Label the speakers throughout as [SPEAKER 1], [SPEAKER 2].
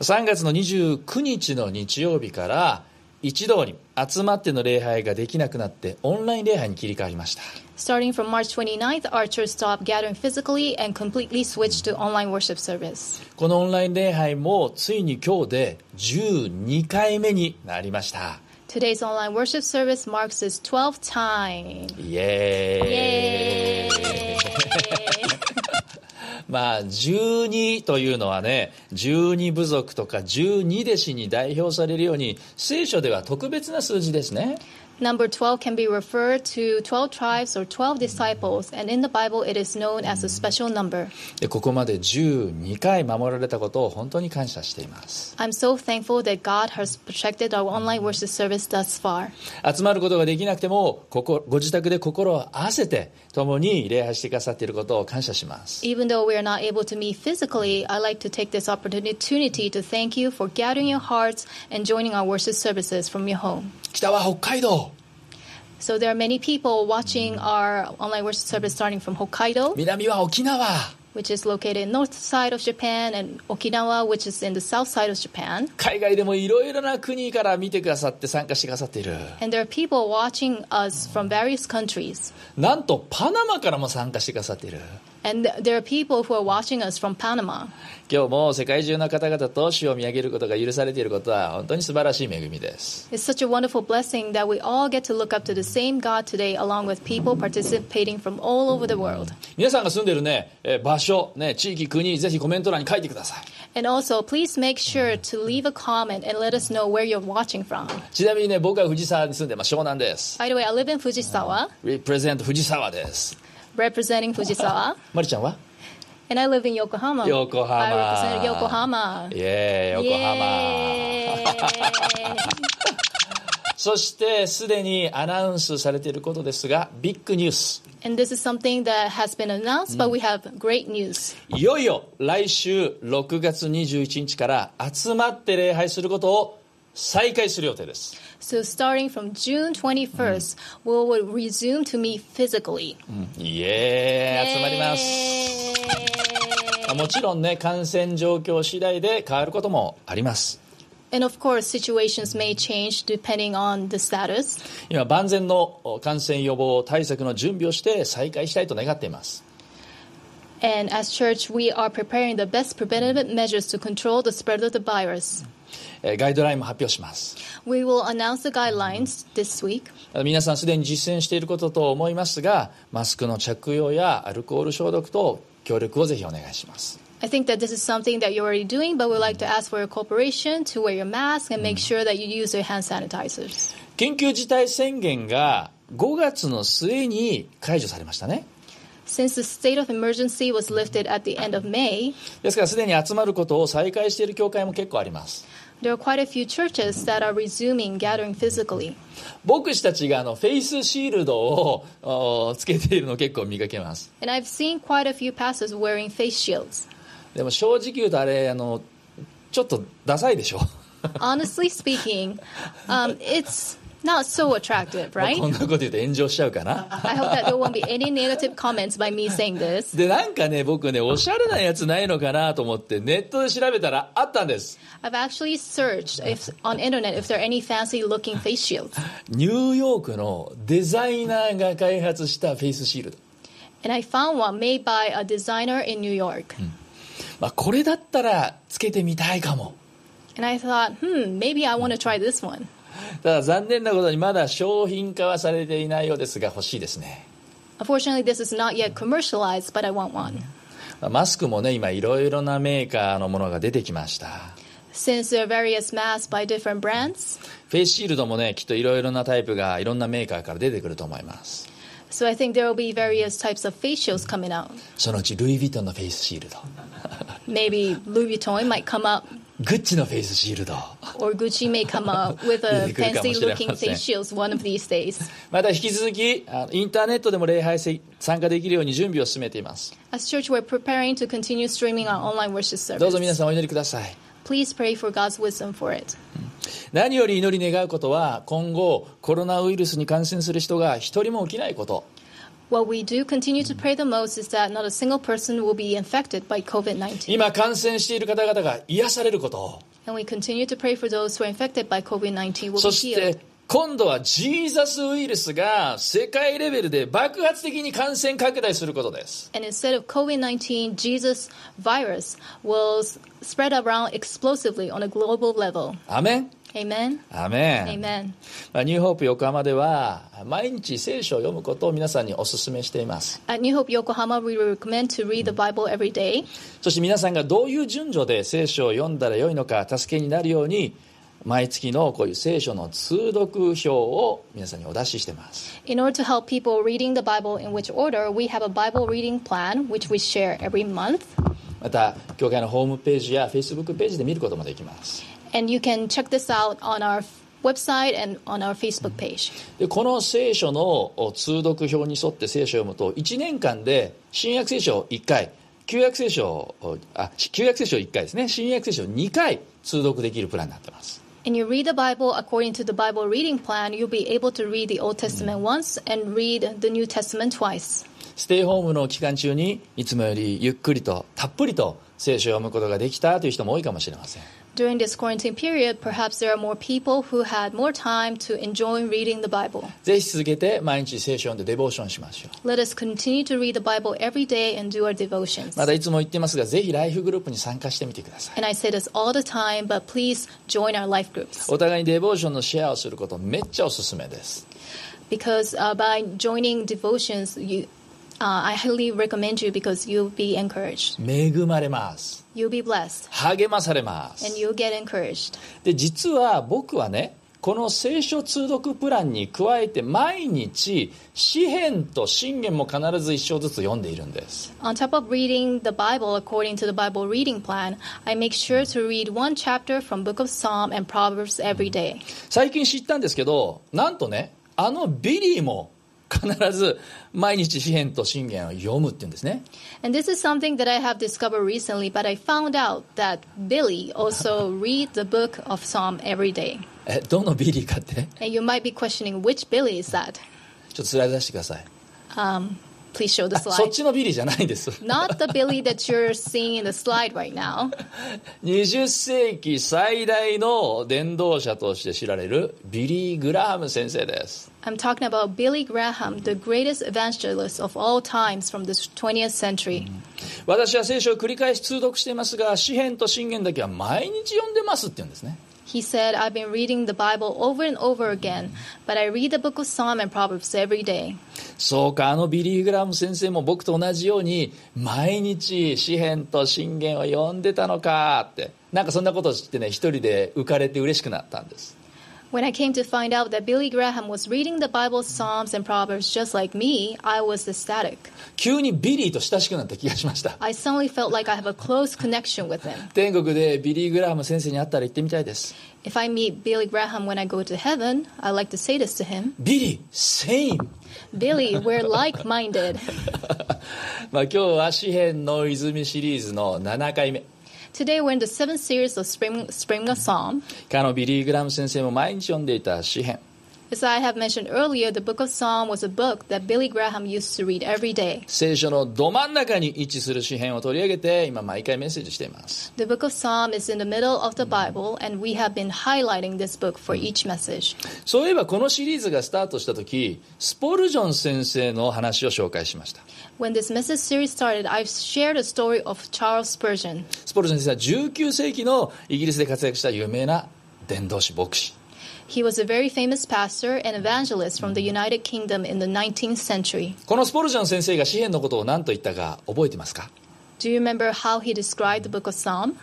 [SPEAKER 1] 3月の29日の日曜日から一堂に集まっての礼拝ができなくなってオンライン礼拝に切り替わりました
[SPEAKER 2] Starting from March 29th, our church stopped gathering physically and completely switched to online worship service.
[SPEAKER 1] このオンライン礼拝もついに今日で12回目になりました
[SPEAKER 2] Today's online worship service marks its 12th time.
[SPEAKER 1] イエーイ
[SPEAKER 2] Yay!
[SPEAKER 1] まあ12というのはね12部族とか12弟子に代表されるように聖書では特別な数字ですね
[SPEAKER 2] Number 12 can be referred to 12 tribes or 12 disciples, and in the Bible it is known as a special number.
[SPEAKER 1] でここまで12回守られたことを本当に感謝しています
[SPEAKER 2] I'm so thankful that God has protected our online worship service thus far.
[SPEAKER 1] 集まることができなくてもここご自宅で心を合わせて共に礼拝してくださっていることを感謝します
[SPEAKER 2] Even though we are not able to meet physically, I'd like to take this opportunity to thank you for gathering your hearts and joining our worship services from your home.
[SPEAKER 1] 北は北海道
[SPEAKER 2] So there are many people watching our online worship service starting from Hokkaido,
[SPEAKER 1] 南は沖縄
[SPEAKER 2] which is located in north side of Japan, and Okinawa, which is in the south side of Japan.
[SPEAKER 1] 海外でもいろいろな国から見てくださって参加してくださっている
[SPEAKER 2] And there are people watching us from various countries.
[SPEAKER 1] なんとパナマからも参加してくださっている
[SPEAKER 2] And th- there are people who are watching us from Panama.
[SPEAKER 1] 今日も世界中の方々と主を見上げることが許されていることは本当に素晴らしい恵みです
[SPEAKER 2] It's such a wonderful blessing that we all get to look up to the same God today, along with people participating from all over the world.
[SPEAKER 1] 皆さんが住んでるねえー場所、ね、地域国ぜひコメント欄に書いてください
[SPEAKER 2] And also, please make sure to leave a comment and let us know where you're watching from.
[SPEAKER 1] ちなみにね僕は藤沢に住んでます湘南です
[SPEAKER 2] By the way, I live in Fujisawa,
[SPEAKER 1] Represent 藤沢です。
[SPEAKER 2] representing Fujisawa,
[SPEAKER 1] まりちゃんは
[SPEAKER 2] and I live in Yokohama.
[SPEAKER 1] Yokohama.
[SPEAKER 2] I represent Yokohama.
[SPEAKER 1] イエーイ、横浜。
[SPEAKER 2] Yay.
[SPEAKER 1] そして、すでにアナウンスされていることですが、ビッグニュース。
[SPEAKER 2] and this is something that has been announced, but we have great news.
[SPEAKER 1] いよいよ来週6月21日から集まって礼拝することを再開する予定です。
[SPEAKER 2] So, starting from June 21st, we will resume to meet physically.
[SPEAKER 1] イエーイ、集まります。もちろんね、感染状況次第で変わることもあります。
[SPEAKER 2] And of course, situations may change depending on the status.
[SPEAKER 1] 今、万全の感染予防対策の準備をして再開したいと願っています。
[SPEAKER 2] And as church, we are preparing the best preventative measures to control the spread of the virus.
[SPEAKER 1] えーガイドラインも発表します
[SPEAKER 2] We will announce the guidelines this week.
[SPEAKER 1] あの皆さんすでに実践していることと思いますがマスクの着用やアルコール消毒と協力をぜひお願いします
[SPEAKER 2] I think that this is something that you're already doing, but we'd like to ask for your cooperation to wear your mask and make sure that you use your hand sanitizers.
[SPEAKER 1] 緊急事態宣言が5月の末に解除されましたね
[SPEAKER 2] Since the state of emergency was lifted at the end of May,
[SPEAKER 1] ですからすでに集まることを再開している教会も結構あります
[SPEAKER 2] there are quite a few churches that are resuming gathering physically.
[SPEAKER 1] 牧師たちがあのフェイスシールドをおつけているの結構見かけます
[SPEAKER 2] And I've seen quite a few pastors wearing face shields.
[SPEAKER 1] でも正直言うとあれあのちょっとダサいでしょ
[SPEAKER 2] Honestly speaking, um, it's not so attractive,
[SPEAKER 1] まあ
[SPEAKER 2] right?
[SPEAKER 1] こんなこと言うと炎上しちゃうかな
[SPEAKER 2] I hope that there won't be any negative comments by me saying this.
[SPEAKER 1] でなんかね僕ねおしゃれなやつないのかなと思ってネットで調べたらあったんです
[SPEAKER 2] I've actually searched if on internet if there are any fancy looking face shields,
[SPEAKER 1] ニューヨークのデザイナーが開発したフェイスシールド、
[SPEAKER 2] and I found one made by a designer in New York.
[SPEAKER 1] まあ、これだったらつけてみたいかも
[SPEAKER 2] And I thought, hmm, maybe I want to try this one.
[SPEAKER 1] ただ残念なことにまだ商品化はされていないようですが欲しいですね
[SPEAKER 2] Unfortunately, this is not yet commercialized, but I want one.
[SPEAKER 1] まあマスクもね今いろいろなメーカーのものが出てきました
[SPEAKER 2] Since there are various masks by different brands,
[SPEAKER 1] フェイスシールドもねきっといろいろなタイプがいろんなメーカーから出てくると思います
[SPEAKER 2] so I think there will be various types of face shields coming out.
[SPEAKER 1] そのうちルイ・ヴィトンのフェイスシールド
[SPEAKER 2] Maybe Louis Vuitton might come up
[SPEAKER 1] グッチのフェイスシールド
[SPEAKER 2] or Gucci may come up with a
[SPEAKER 1] 出てくるかもしれません。
[SPEAKER 2] fancy looking face shields one of these days.
[SPEAKER 1] また引き続きあインターネットでも礼拝せ参加できるように準備を進めています
[SPEAKER 2] As church, we're preparing to continue streaming our online worship
[SPEAKER 1] どうぞ皆
[SPEAKER 2] service.
[SPEAKER 1] さんお祈りください
[SPEAKER 2] Please pray for God's wisdom for it.
[SPEAKER 1] 何より祈り願うことは今後コロナウイルスに感染する人が一人も起きないこと
[SPEAKER 2] What we do continue to pray the most is that not a single person will be infected by COVID 19.
[SPEAKER 1] 今感染している方々が癒されることを
[SPEAKER 2] And we continue to pray for those who are infected by COVID 19 will be
[SPEAKER 1] そし
[SPEAKER 2] healed.
[SPEAKER 1] て今度はジーザスウイルスが世界レベルで爆発的に感染拡大することです。
[SPEAKER 2] And instead of COVID 19, Jesus virus will s- spread around explosively on a global level.
[SPEAKER 1] アメン
[SPEAKER 2] Amen?
[SPEAKER 1] アメン
[SPEAKER 2] Amen.
[SPEAKER 1] まあニューホープ横浜では毎日聖書を読むことを皆さんにお勧めしています。
[SPEAKER 2] At New Hope Yokohama, we recommend to read the Bible every day.
[SPEAKER 1] そして皆さんがどういう順序で聖書を読んだらよいのか助けになるように毎月のこういう聖書の通読表を皆さんにお出ししてます。
[SPEAKER 2] In order to help people reading the Bible in which order, we have a Bible reading plan which we share every month.
[SPEAKER 1] また教会のホームページやフェイスブックページで見ることもできます。
[SPEAKER 2] And you can check this out on our f- website and on our Facebook page.
[SPEAKER 1] でこの聖書の通読表に沿って聖書を読むと1年間で新約聖書を1回旧約聖書をあ旧約聖書を1回ですね新約聖書を2回通読できるプランになってます。
[SPEAKER 2] And you read the Bible according to the Bible reading plan, you'll be able to read the Old Testament once and read the New Testament twice.
[SPEAKER 1] ステイホームの期間中にいつもよりゆっくりとたっぷりと聖書を読むことができたという人も多いかもしれません
[SPEAKER 2] During this quarantine period, perhaps there are more people who had more time to enjoy reading the Bible.
[SPEAKER 1] ぜひ続けて毎日聖書を読んでデボーションしましょう
[SPEAKER 2] Let us continue to read the Bible every day and do our devotions.
[SPEAKER 1] またいつも言ってますがぜひライフグループに参加してみてください
[SPEAKER 2] And I say this all the time, but please join our life groups
[SPEAKER 1] お互いにデボーションのシェアをすることめっちゃおすすめです
[SPEAKER 2] because uh, by joining devotions, you, uh, I highly recommend you because you'll be encouraged,
[SPEAKER 1] 恵まれます
[SPEAKER 2] you'll be blessed,
[SPEAKER 1] 励まされます
[SPEAKER 2] and you'll get encouraged.
[SPEAKER 1] で実は僕はねこの聖書通読プランに加えて毎日詩篇と信玄も必ず一章ずつ読んでいるんです
[SPEAKER 2] On top of reading the Bible according to the Bible reading plan, I make sure to read one chapter from Book of Psalm and Proverbs every day.
[SPEAKER 1] 最近知ったんですけどなんとねあのビリーも必ず毎日詩篇と信玄を読むって言うんですね
[SPEAKER 2] And this is something that I have discovered recently, but I found out that Billy also read the book of Psalm every day.
[SPEAKER 1] えどのビリーかって
[SPEAKER 2] And you might be questioning which Billy is that?
[SPEAKER 1] ちょっとスライド出してください
[SPEAKER 2] Um, please show the
[SPEAKER 1] そっ
[SPEAKER 2] slide.
[SPEAKER 1] ちのビリーじゃないんです
[SPEAKER 2] Not the Billy that you're seeing in the slide right now.
[SPEAKER 1] 20世紀最大の伝道者として知られるビリー・グラハム先生です
[SPEAKER 2] I'm talking about Billy Graham, the greatest evangelist of all times from the 20th century.
[SPEAKER 1] 私は聖書を繰り返し通読していますが詩篇と信玄だけは毎日読んでますって言うんですね
[SPEAKER 2] He said, I've been reading the Bible over and over again, but I read the book of Psalm and Proverbs every day.
[SPEAKER 1] そうかあのビリー・グラム先生も僕と同じように毎日詩篇と信玄を読んでたのかってなんかそんなことを知ってね一人で浮かれて嬉しくなったんです
[SPEAKER 2] When I came to find out that Billy Graham was reading the Bible, Psalms, and Proverbs just like me, I was ecstatic.
[SPEAKER 1] 急にビリーと親しくなった気がしました
[SPEAKER 2] I suddenly felt like I have a close connection with him.
[SPEAKER 1] 天国でビリー・グラム先生に会ったら行ってみたいです
[SPEAKER 2] If I meet Billy Graham when I go to heaven, I like to say this to him
[SPEAKER 1] ビリーセイン
[SPEAKER 2] Billy, we're like minded.
[SPEAKER 1] まあ今日は詩篇の泉シリーズの7回目
[SPEAKER 2] Today we're in the seventh series of Spring, Spring of Psalm.
[SPEAKER 1] かのビリー・グラム先生も毎日読んでいた詩篇
[SPEAKER 2] As I have mentioned earlier, the book of Psalm was a book that Billy Graham used to read every day.
[SPEAKER 1] 聖書のど真ん中に位置する詩篇を取り上げて今毎回メッセージしています
[SPEAKER 2] The book of Psalm is in the middle of the Bible, and we have been highlighting this book for each message.
[SPEAKER 1] そういえばこのシリーズがスタートした時スポルジョン先生の話を紹介しました
[SPEAKER 2] When this message series started, I shared a story of Charles Spurgeon.
[SPEAKER 1] スポルジョン先生は19世紀のイギリスで活躍した有名な伝道師牧師
[SPEAKER 2] He was a very famous pastor and evangelist from the United Kingdom in the 19th century.
[SPEAKER 1] このスポルジョン先生が詩篇のことを何と言ったか覚えてますか
[SPEAKER 2] Do you remember how he described the book of Psalm?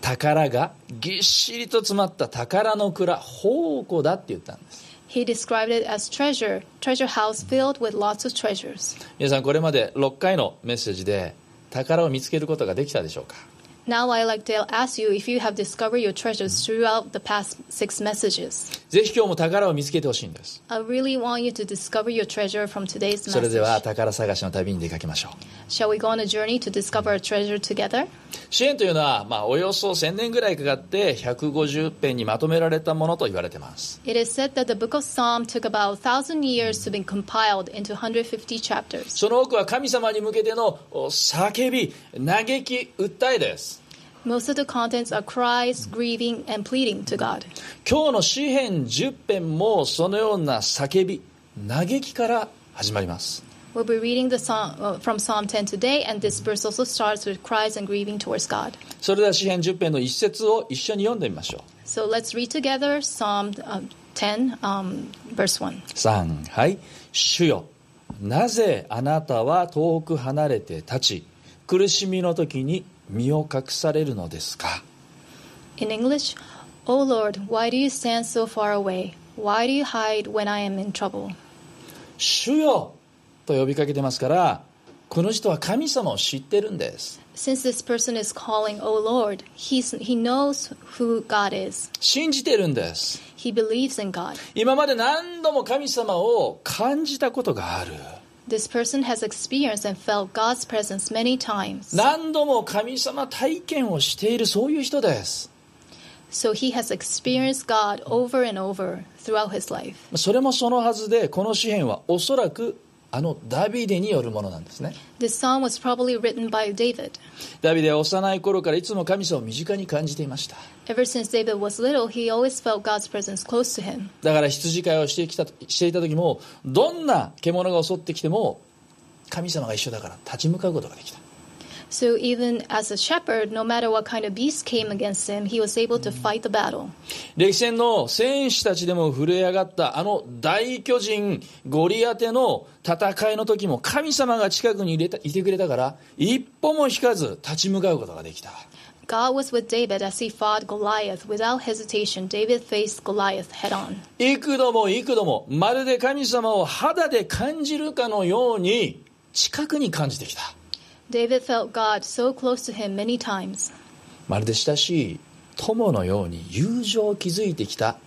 [SPEAKER 1] 宝がぎっしりと詰まった宝の蔵宝庫だって言ったんです
[SPEAKER 2] He described it as treasure, treasure house filled with lots of treasures.
[SPEAKER 1] 皆さんこれまで6回のメッセージで宝を見つけることができたでしょうか
[SPEAKER 2] Now I like to ask you if you have discovered your treasures throughout the past six messages.
[SPEAKER 1] ぜひ今日も宝を見つけてほしいんです。
[SPEAKER 2] I really want you to discover your treasure from today's
[SPEAKER 1] それで
[SPEAKER 2] message.
[SPEAKER 1] は宝探しの旅に出かけましょう。
[SPEAKER 2] Shall we go on a journey to discover our treasure together?
[SPEAKER 1] 支援というのは、まあ、およそ1000年ぐらいかかって150編にまとめられたものと言われています
[SPEAKER 2] It is said that the book of Psalm took about 1,000 years to be compiled into 150 chapters.
[SPEAKER 1] その多くは神様に向けてのお叫び嘆き訴えです
[SPEAKER 2] Most of the contents are cries, grieving, and pleading to God.
[SPEAKER 1] 今日の詩編10編もそのような叫び嘆きから始まります
[SPEAKER 2] We'll be reading the psalm, uh, from Psalm 10 today, and this verse also starts with cries and grieving towards God.
[SPEAKER 1] それでは詩編10編の一節を一緒に読んでみましょ
[SPEAKER 2] So let's read together Psalm uh, 10, um, verse 1.
[SPEAKER 1] う3はい主よなぜあなたは遠く離れて立ち苦しみの時に身を隠されるのですか
[SPEAKER 2] In English, O Lord, why do you stand so far away? Why do you hide when I am in trouble?
[SPEAKER 1] 主よと呼びかけてますからこの人は神様を知ってるんです
[SPEAKER 2] Since this person is calling, O Lord, he's, he knows who God is.
[SPEAKER 1] 信じてるんです
[SPEAKER 2] He believes in God.
[SPEAKER 1] 今まで何度も神様を感じたことがある
[SPEAKER 2] This person has experienced and felt God's presence many times.
[SPEAKER 1] 何度も神様体験をしているそういう人です
[SPEAKER 2] So he has experienced God over and over throughout his life.
[SPEAKER 1] それもそのはずでこの詩篇はおそらくあのダビデによるものなんですね
[SPEAKER 2] This psalm was probably written by David.
[SPEAKER 1] ダビデは幼い頃からいつも神様を身近に感じていました
[SPEAKER 2] Ever since David was little, he always felt God's presence close to him.
[SPEAKER 1] だから羊飼いをしてきたしていた時もどんな獣が襲ってきても神様が一緒だから立ち向かうことができた
[SPEAKER 2] So even as a shepherd, no matter what kind of beast came against him, he was able to fight the battle.
[SPEAKER 1] 歴戦の戦士たちでも震え上がったあの大巨人ゴリアテの戦いの時も神様が近くにいれたいてくれたから一歩も引かず立ち向かうことができた
[SPEAKER 2] God was with David as he fought Goliath. Without hesitation, David faced Goliath head on.
[SPEAKER 1] 幾度も幾度もまるで神様を肌で感じるかのように近くに感じてきた
[SPEAKER 2] David felt God so close to him many times.
[SPEAKER 1] まるで親しい友のように友情を築いてきた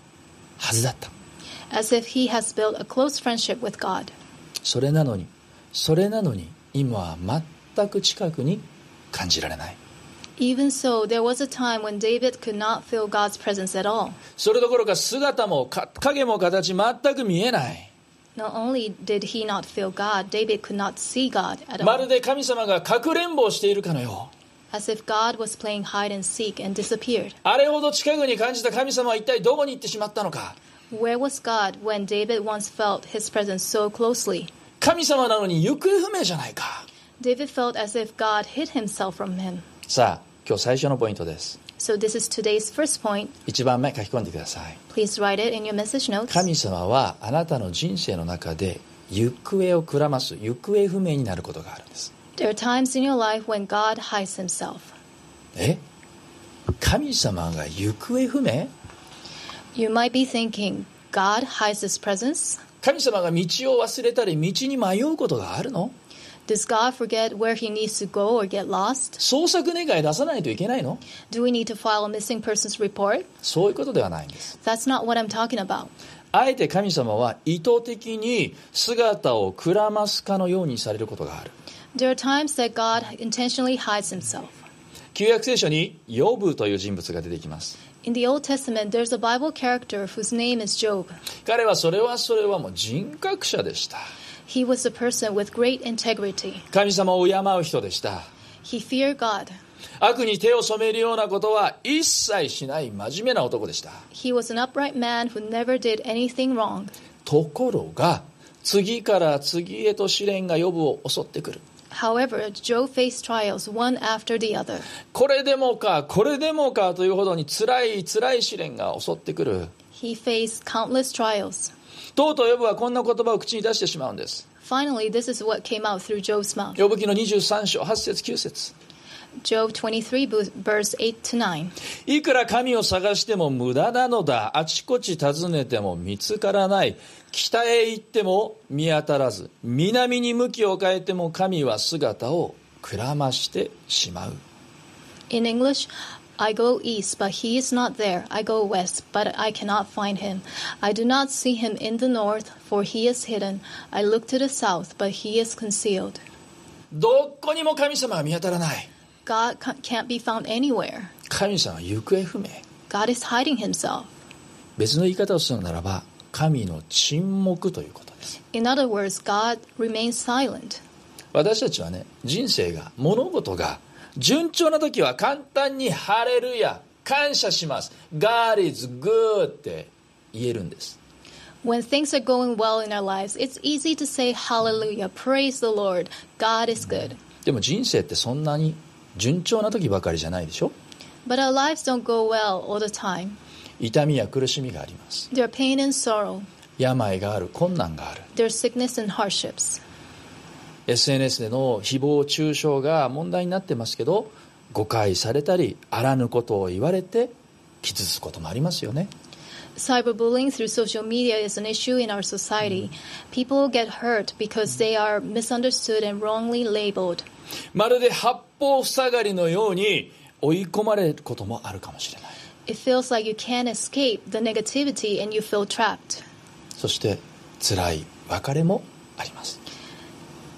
[SPEAKER 1] はずだった
[SPEAKER 2] as if he has built a close friendship with God.
[SPEAKER 1] それなのにそれなのに今は全く近くに感じられない
[SPEAKER 2] Even so, there was a time when David could not feel God's presence at all.
[SPEAKER 1] それどころか姿もか影も形全く見えない
[SPEAKER 2] Not only did he not feel God, David could not see God at
[SPEAKER 1] まる
[SPEAKER 2] all,
[SPEAKER 1] で神様がかくれんぼをしているかのよう
[SPEAKER 2] as if God was playing hide and seek and disappeared.
[SPEAKER 1] あれほど近くに感じた神様は一体どこに行ってしまったのか
[SPEAKER 2] Where was God when David once felt his presence so closely?
[SPEAKER 1] 神様なのに行方不明じゃないか
[SPEAKER 2] David felt as if God hid himself from him.
[SPEAKER 1] さあ今日最初のポイントです
[SPEAKER 2] So, this is today's first point.
[SPEAKER 1] 1番目書き込んでください
[SPEAKER 2] Please write it in your message notes.
[SPEAKER 1] 神様はあなたの人生の中で行方をくらます行方不明になることがあるんです
[SPEAKER 2] There are times in your life when God hides himself.
[SPEAKER 1] え神様が行方不明
[SPEAKER 2] You might be thinking, God hides his presence?
[SPEAKER 1] 神様が道を忘れたり道に迷うことがあるの
[SPEAKER 2] Does God forget where he needs to go or get lost?
[SPEAKER 1] 捜索願い出さないといけないの
[SPEAKER 2] Do we need to file a missing persons report?
[SPEAKER 1] そういうことではないんです。
[SPEAKER 2] That's not what I'm talking about.
[SPEAKER 1] あえて神様は意図的に姿をくらますかのようにされることがある。
[SPEAKER 2] There are times that God intentionally hides himself.
[SPEAKER 1] 旧約聖書にヨブという人物が出てきます。
[SPEAKER 2] In the Old Testament, there's a Bible character whose name is Job.
[SPEAKER 1] 彼はそれはそれはもう人格者でした。
[SPEAKER 2] He was a person with great integrity.
[SPEAKER 1] 神様を敬う人でした。
[SPEAKER 2] He feared God.
[SPEAKER 1] 悪に手を染めるようなことは一切しない真面目な男でした。
[SPEAKER 2] He was an upright man who never did anything wrong.
[SPEAKER 1] ところが、次から次へと試練がヨブを襲ってくる。
[SPEAKER 2] However, Job faced trials one after the other.
[SPEAKER 1] これでもか、これでもかというほどに辛い辛い試練が襲ってくる。
[SPEAKER 2] He faced countless trials.
[SPEAKER 1] とうとうヨブはこんな言葉を口に出してしまうんです。
[SPEAKER 2] Finally, this is what came out through Job's mouth.
[SPEAKER 1] ヨブ記の23章、8節9節
[SPEAKER 2] Job 23, bu- verse 8 to 9.
[SPEAKER 1] いくら神を探しても無駄なのだ。あちこち訪ねても見つからない。北へ行っても見当たらず。南に向きを変えても神は姿をくらましてしまう。
[SPEAKER 2] In English, I go east, but he is not there. I go west, but I cannot find him. I do not see him in the north, for he is hidden. I look to the south, but he is concealed.
[SPEAKER 1] どこにも神様は見当たらない
[SPEAKER 2] God ca- can't be found anywhere.
[SPEAKER 1] 神様は行方不明
[SPEAKER 2] God is hiding himself.
[SPEAKER 1] 別の言い方をするならば神の沈黙ということです
[SPEAKER 2] In other words, God remains silent.
[SPEAKER 1] 私たちはね人生が物事が順調な時は簡単に「ハレルヤ」「感謝します」「God is good」って言えるんです
[SPEAKER 2] When things are going well in our lives, it's easy to say hallelujah, praise the Lord, God is good.
[SPEAKER 1] でも人生ってそんなに順調な時ばかりじゃないでしょ
[SPEAKER 2] But our lives don't go well all the time.
[SPEAKER 1] 痛みや苦しみがあります
[SPEAKER 2] There are pain and sorrow,
[SPEAKER 1] 病がある困難がある
[SPEAKER 2] there's sickness and hardships.
[SPEAKER 1] SNS での誹謗中傷が問題になってますけど誤解されたりあらぬことを言われて傷つくこともありますよね
[SPEAKER 2] Cyberbullying through social media is an issue in our society. People get hurt because they are misunderstood and wrongly labeled.
[SPEAKER 1] まるで八方塞がりのように追い込まれることもあるかもしれない
[SPEAKER 2] It feels like you can't escape the negativity and you feel trapped.
[SPEAKER 1] そして辛い別れもあります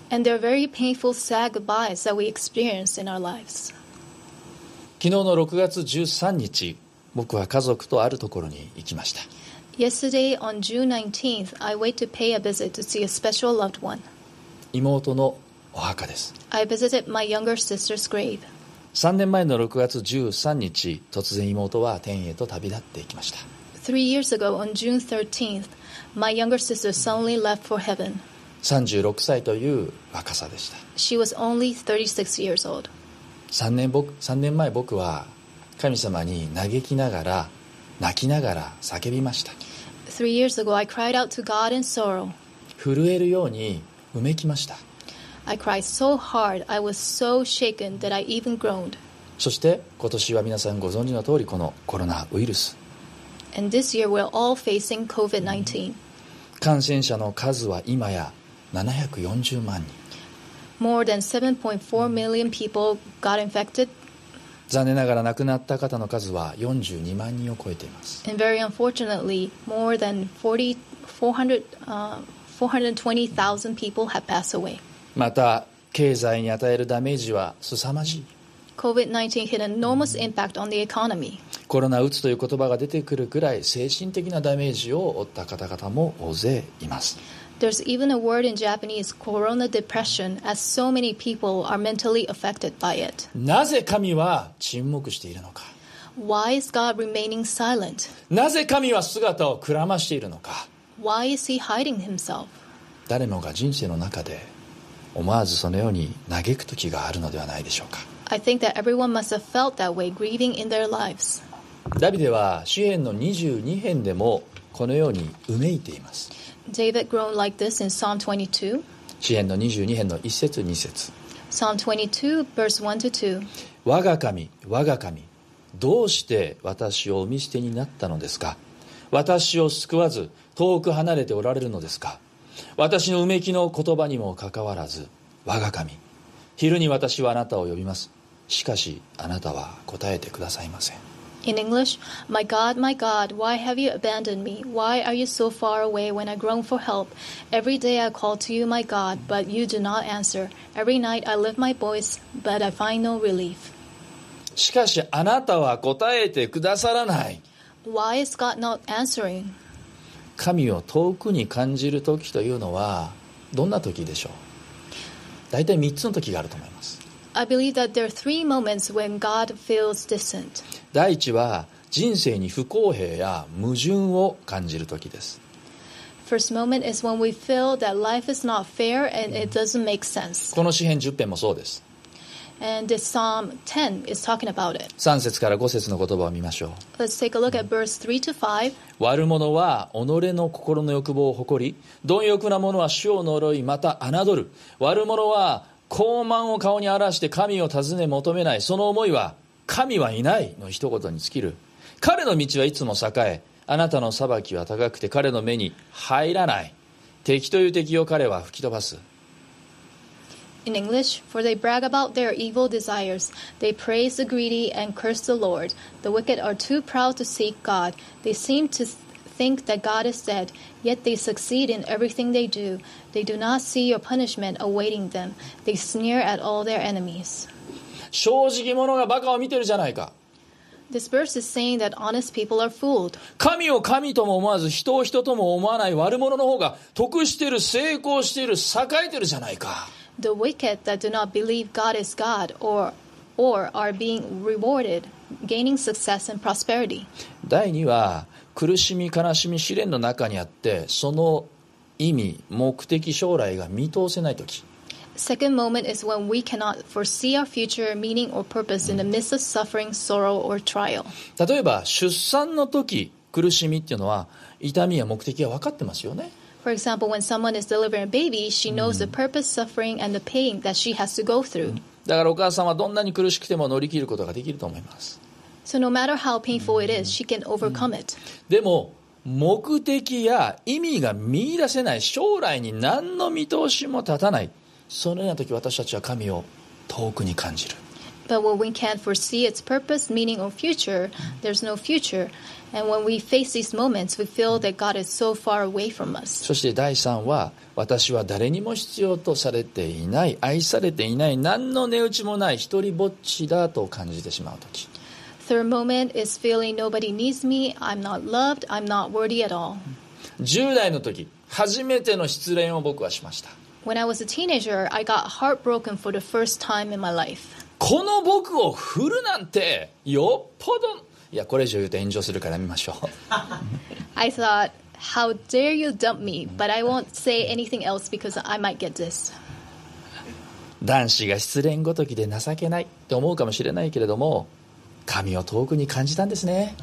[SPEAKER 2] And there are very painful sad goodbyes that we experience in our lives.
[SPEAKER 1] 昨日の6月13日僕は家族とあるところに行きました
[SPEAKER 2] Yesterday, on June 19th, I went to pay a visit to see a special loved one.
[SPEAKER 1] 妹のお墓です
[SPEAKER 2] I visited my younger sister's grave.
[SPEAKER 1] 3年前の6月13日突然妹は天へと旅立っていきました
[SPEAKER 2] Three years ago, on June 13th, my younger sister suddenly left for heaven.
[SPEAKER 1] 36歳という若さでした
[SPEAKER 2] She was only 36 years old.
[SPEAKER 1] 3年僕3年前僕は神様に嘆きながら泣きながら叫びました
[SPEAKER 2] Three years ago, I cried out to God in sorrow.
[SPEAKER 1] 震えるようにうめきました
[SPEAKER 2] I cried so hard, I was so shaken that I even groaned.
[SPEAKER 1] そして今年は皆さんご存知の通りこのコロナウイルス
[SPEAKER 2] And this year, we're all facing COVID 19.
[SPEAKER 1] 感染者の数は今や740万人
[SPEAKER 2] More than 7.4 million people got infected,
[SPEAKER 1] 残念ながら亡くなった方の数は42万人を超えています
[SPEAKER 2] and very unfortunately, more than 40, 400, uh, 420,000 people have passed away.
[SPEAKER 1] また経済に与えるダメージは凄まじい
[SPEAKER 2] COVID 19 had an enormous impact on the economy.
[SPEAKER 1] コロナうつという言葉が出てくるくらい精神的なダメージを負った方々も大勢います
[SPEAKER 2] There's even a word in Japanese, corona depression, as so many people are mentally affected by it.
[SPEAKER 1] なぜ神は沈黙しているのか
[SPEAKER 2] Why is God remaining silent?
[SPEAKER 1] なぜ神は姿をくらましているのか
[SPEAKER 2] Why is he hiding himself?
[SPEAKER 1] 誰もが人生の中で思わずそのように嘆く時があるのではないでしょうか
[SPEAKER 2] I think that everyone must have felt that way, grieving in their lives.
[SPEAKER 1] ダビデは詩篇の22編でもこのようにうめいています
[SPEAKER 2] David groaned like this in Psalm 22.
[SPEAKER 1] 詩篇の22編の1節2節
[SPEAKER 2] Psalm 22, verse 1 to 2.
[SPEAKER 1] 我が神我が神どうして私をお見捨てになったのですか私を救わず遠く離れておられるのですか私のうめきの言葉にもかかわらず我が神昼に私はあなたを呼びますしかしあなたは答えてくださいません
[SPEAKER 2] In English, My God, my God, why have you abandoned me? Why are you so far away when I groan for help? Every day I call to you, my God, but you do not answer. Every night I lift my voice, but I find no relief.
[SPEAKER 1] しかしあなたは答えてくださらない
[SPEAKER 2] Why is God not answering?
[SPEAKER 1] 神を遠くに感じる時というのはどんな時でしょう大体3つの時があると思います
[SPEAKER 2] I believe that there are three moments when God feels distant.
[SPEAKER 1] 第一は人生に不公平や矛盾を感じる時です
[SPEAKER 2] First moment is when we feel that life is not fair and it doesn't make sense.
[SPEAKER 1] この詩篇10編もそうです
[SPEAKER 2] And this Psalm 10 is talking about it.
[SPEAKER 1] 3節から5節の言葉を見ましょう
[SPEAKER 2] Let's take a look at verse 3 to 5.
[SPEAKER 1] 悪者は己の心の欲望を誇り貪欲な者は主を呪いまた侮る悪者は傲慢を顔に荒らして神を尋ね求めないその思いは神はいないの一言に尽きる彼の道はいつも栄えあなたの裁きは高くて彼の目に入らない敵という敵を彼は吹き飛ばす
[SPEAKER 2] In English, for they brag about their evil desires. They praise the greedy and curse the Lord. The wicked are too proud to seek God. They seem to th- think that God is dead, yet they succeed in everything they do. They do not see your punishment awaiting them. They sneer at all their enemies.
[SPEAKER 1] 正直者がバカを見てるじゃないか
[SPEAKER 2] This verse is saying that honest people are fooled.
[SPEAKER 1] 神を神とも思わず人を人とも思わない悪者の方が得してる成功してる栄えてるじゃないか
[SPEAKER 2] The wicked that do not believe God is God or or are being rewarded, gaining success and prosperity.
[SPEAKER 1] 第2は苦しみ悲しみ試練の中にあってその意味目的将来が見通せない時
[SPEAKER 2] Second moment is when we cannot foresee our future meaning or purpose in the midst of suffering, sorrow, or trial.
[SPEAKER 1] 例えば出産の時苦しみっていうのは痛みや目的が分かってますよね
[SPEAKER 2] For example, when someone is delivering a baby, she knows the purpose, suffering, and the pain that she has to go through.
[SPEAKER 1] だからお母さんはどんなに苦しくても乗り切ることができると思います
[SPEAKER 2] So, no matter how painful it is, she can overcome it.
[SPEAKER 1] でも目的や意味が見出せない将来に何の見通しも立たないそのような時私たちは神を遠くに感じる
[SPEAKER 2] But when we can't foresee its purpose, meaning, or future, there's no future. And when we face these moments, we feel that God is so far away from us.
[SPEAKER 1] そして第3は私は誰にも必要とされていない愛されていない何の値打ちもない一人ぼっちだと感じてしまう時
[SPEAKER 2] Third moment is feeling nobody needs me, I'm not loved, I'm not worthy at all.
[SPEAKER 1] 10代の時初めての失恋を僕はしました
[SPEAKER 2] When I was a teenager, I got heartbroken for the first time in my life.
[SPEAKER 1] この僕を振るなんてよっぽどいやこれ以上言うと炎上するからやめましょう
[SPEAKER 2] I thought, how dare you dump me, but I won't say anything else because I might get this.
[SPEAKER 1] 男子が失恋ごときで情けないって思うかもしれないけれども神を遠くに感じたんですね